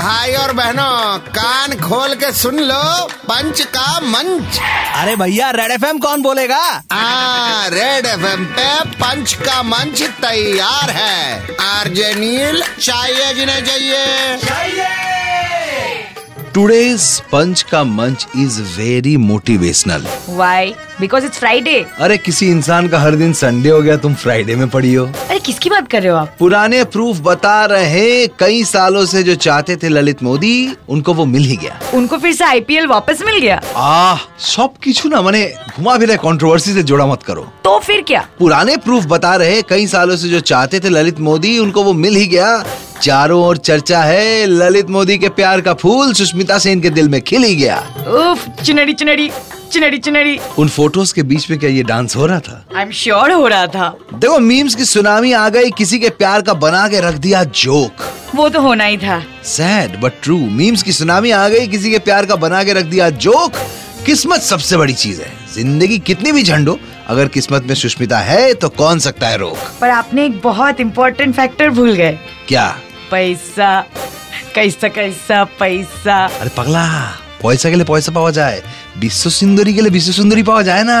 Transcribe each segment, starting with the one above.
भाई और बहनों कान खोल के सुन लो पंच का मंच अरे भैया रेड एफ कौन बोलेगा आ, हाँ, रेड एफ पे पंच का मंच तैयार है आरजे नील चाहिए जिन्हें चाहिए टुडेज पंच का मंच is very motivational why because it's Friday अरे किसी इंसान का हर दिन संडे हो गया तुम फ्राइडे में पड़ी हो अरे किसकी बात कर रहे हो आप पुराने प्रूफ बता रहे कई सालों से जो चाहते थे ललित मोदी उनको वो मिल ही गया उनको फिर से आईपीएल वापस मिल गया आह सब किचु ना मैंने घुमा फिरे कंट्रोवर्सी से जोड़ा मत करो तो फिर क्या पुराने प्रूफ बता रहे कई सालों से जो चाहते थे ललित मोदी उनको वो मिल ही गया चारों ओर चर्चा है ललित मोदी के प्यार का फूल सुष्मिता सेन के दिल में खिल ही गया उफ चुनरी चुनरी चुनरी चुनरी उन फोटोज के बीच में क्या ये डांस हो रहा था आई एम श्योर हो रहा था देखो मीम्स की सुनामी आ गई किसी के प्यार का बना के रख दिया जोक वो तो होना ही था सैड बट ट्रू मीम्स की सुनामी आ गई किसी के प्यार का बना के रख दिया जोक किस्मत सबसे बड़ी चीज है जिंदगी कितनी भी झंडो अगर किस्मत में सुष्मिता है तो कौन सकता है रोक पर आपने एक बहुत इम्पोर्टेंट फैक्टर भूल गए क्या पैसा कैसा कैसा पैसा अरे पगला পয়সা গেলে পয়সা পাওয়া যায় বিশ্ব সুন্দরী গেলে বিশ্ব সুন্দরী পাওয়া যায় না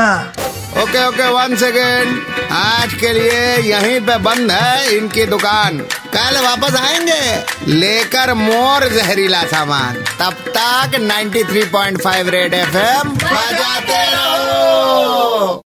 ओके ओके वन सेकेंड आज के लिए यहीं पे बंद है इनकी दुकान कल वापस आएंगे लेकर मोर जहरीला सामान तब तक 93.5 रेड एफएम बजाते रहो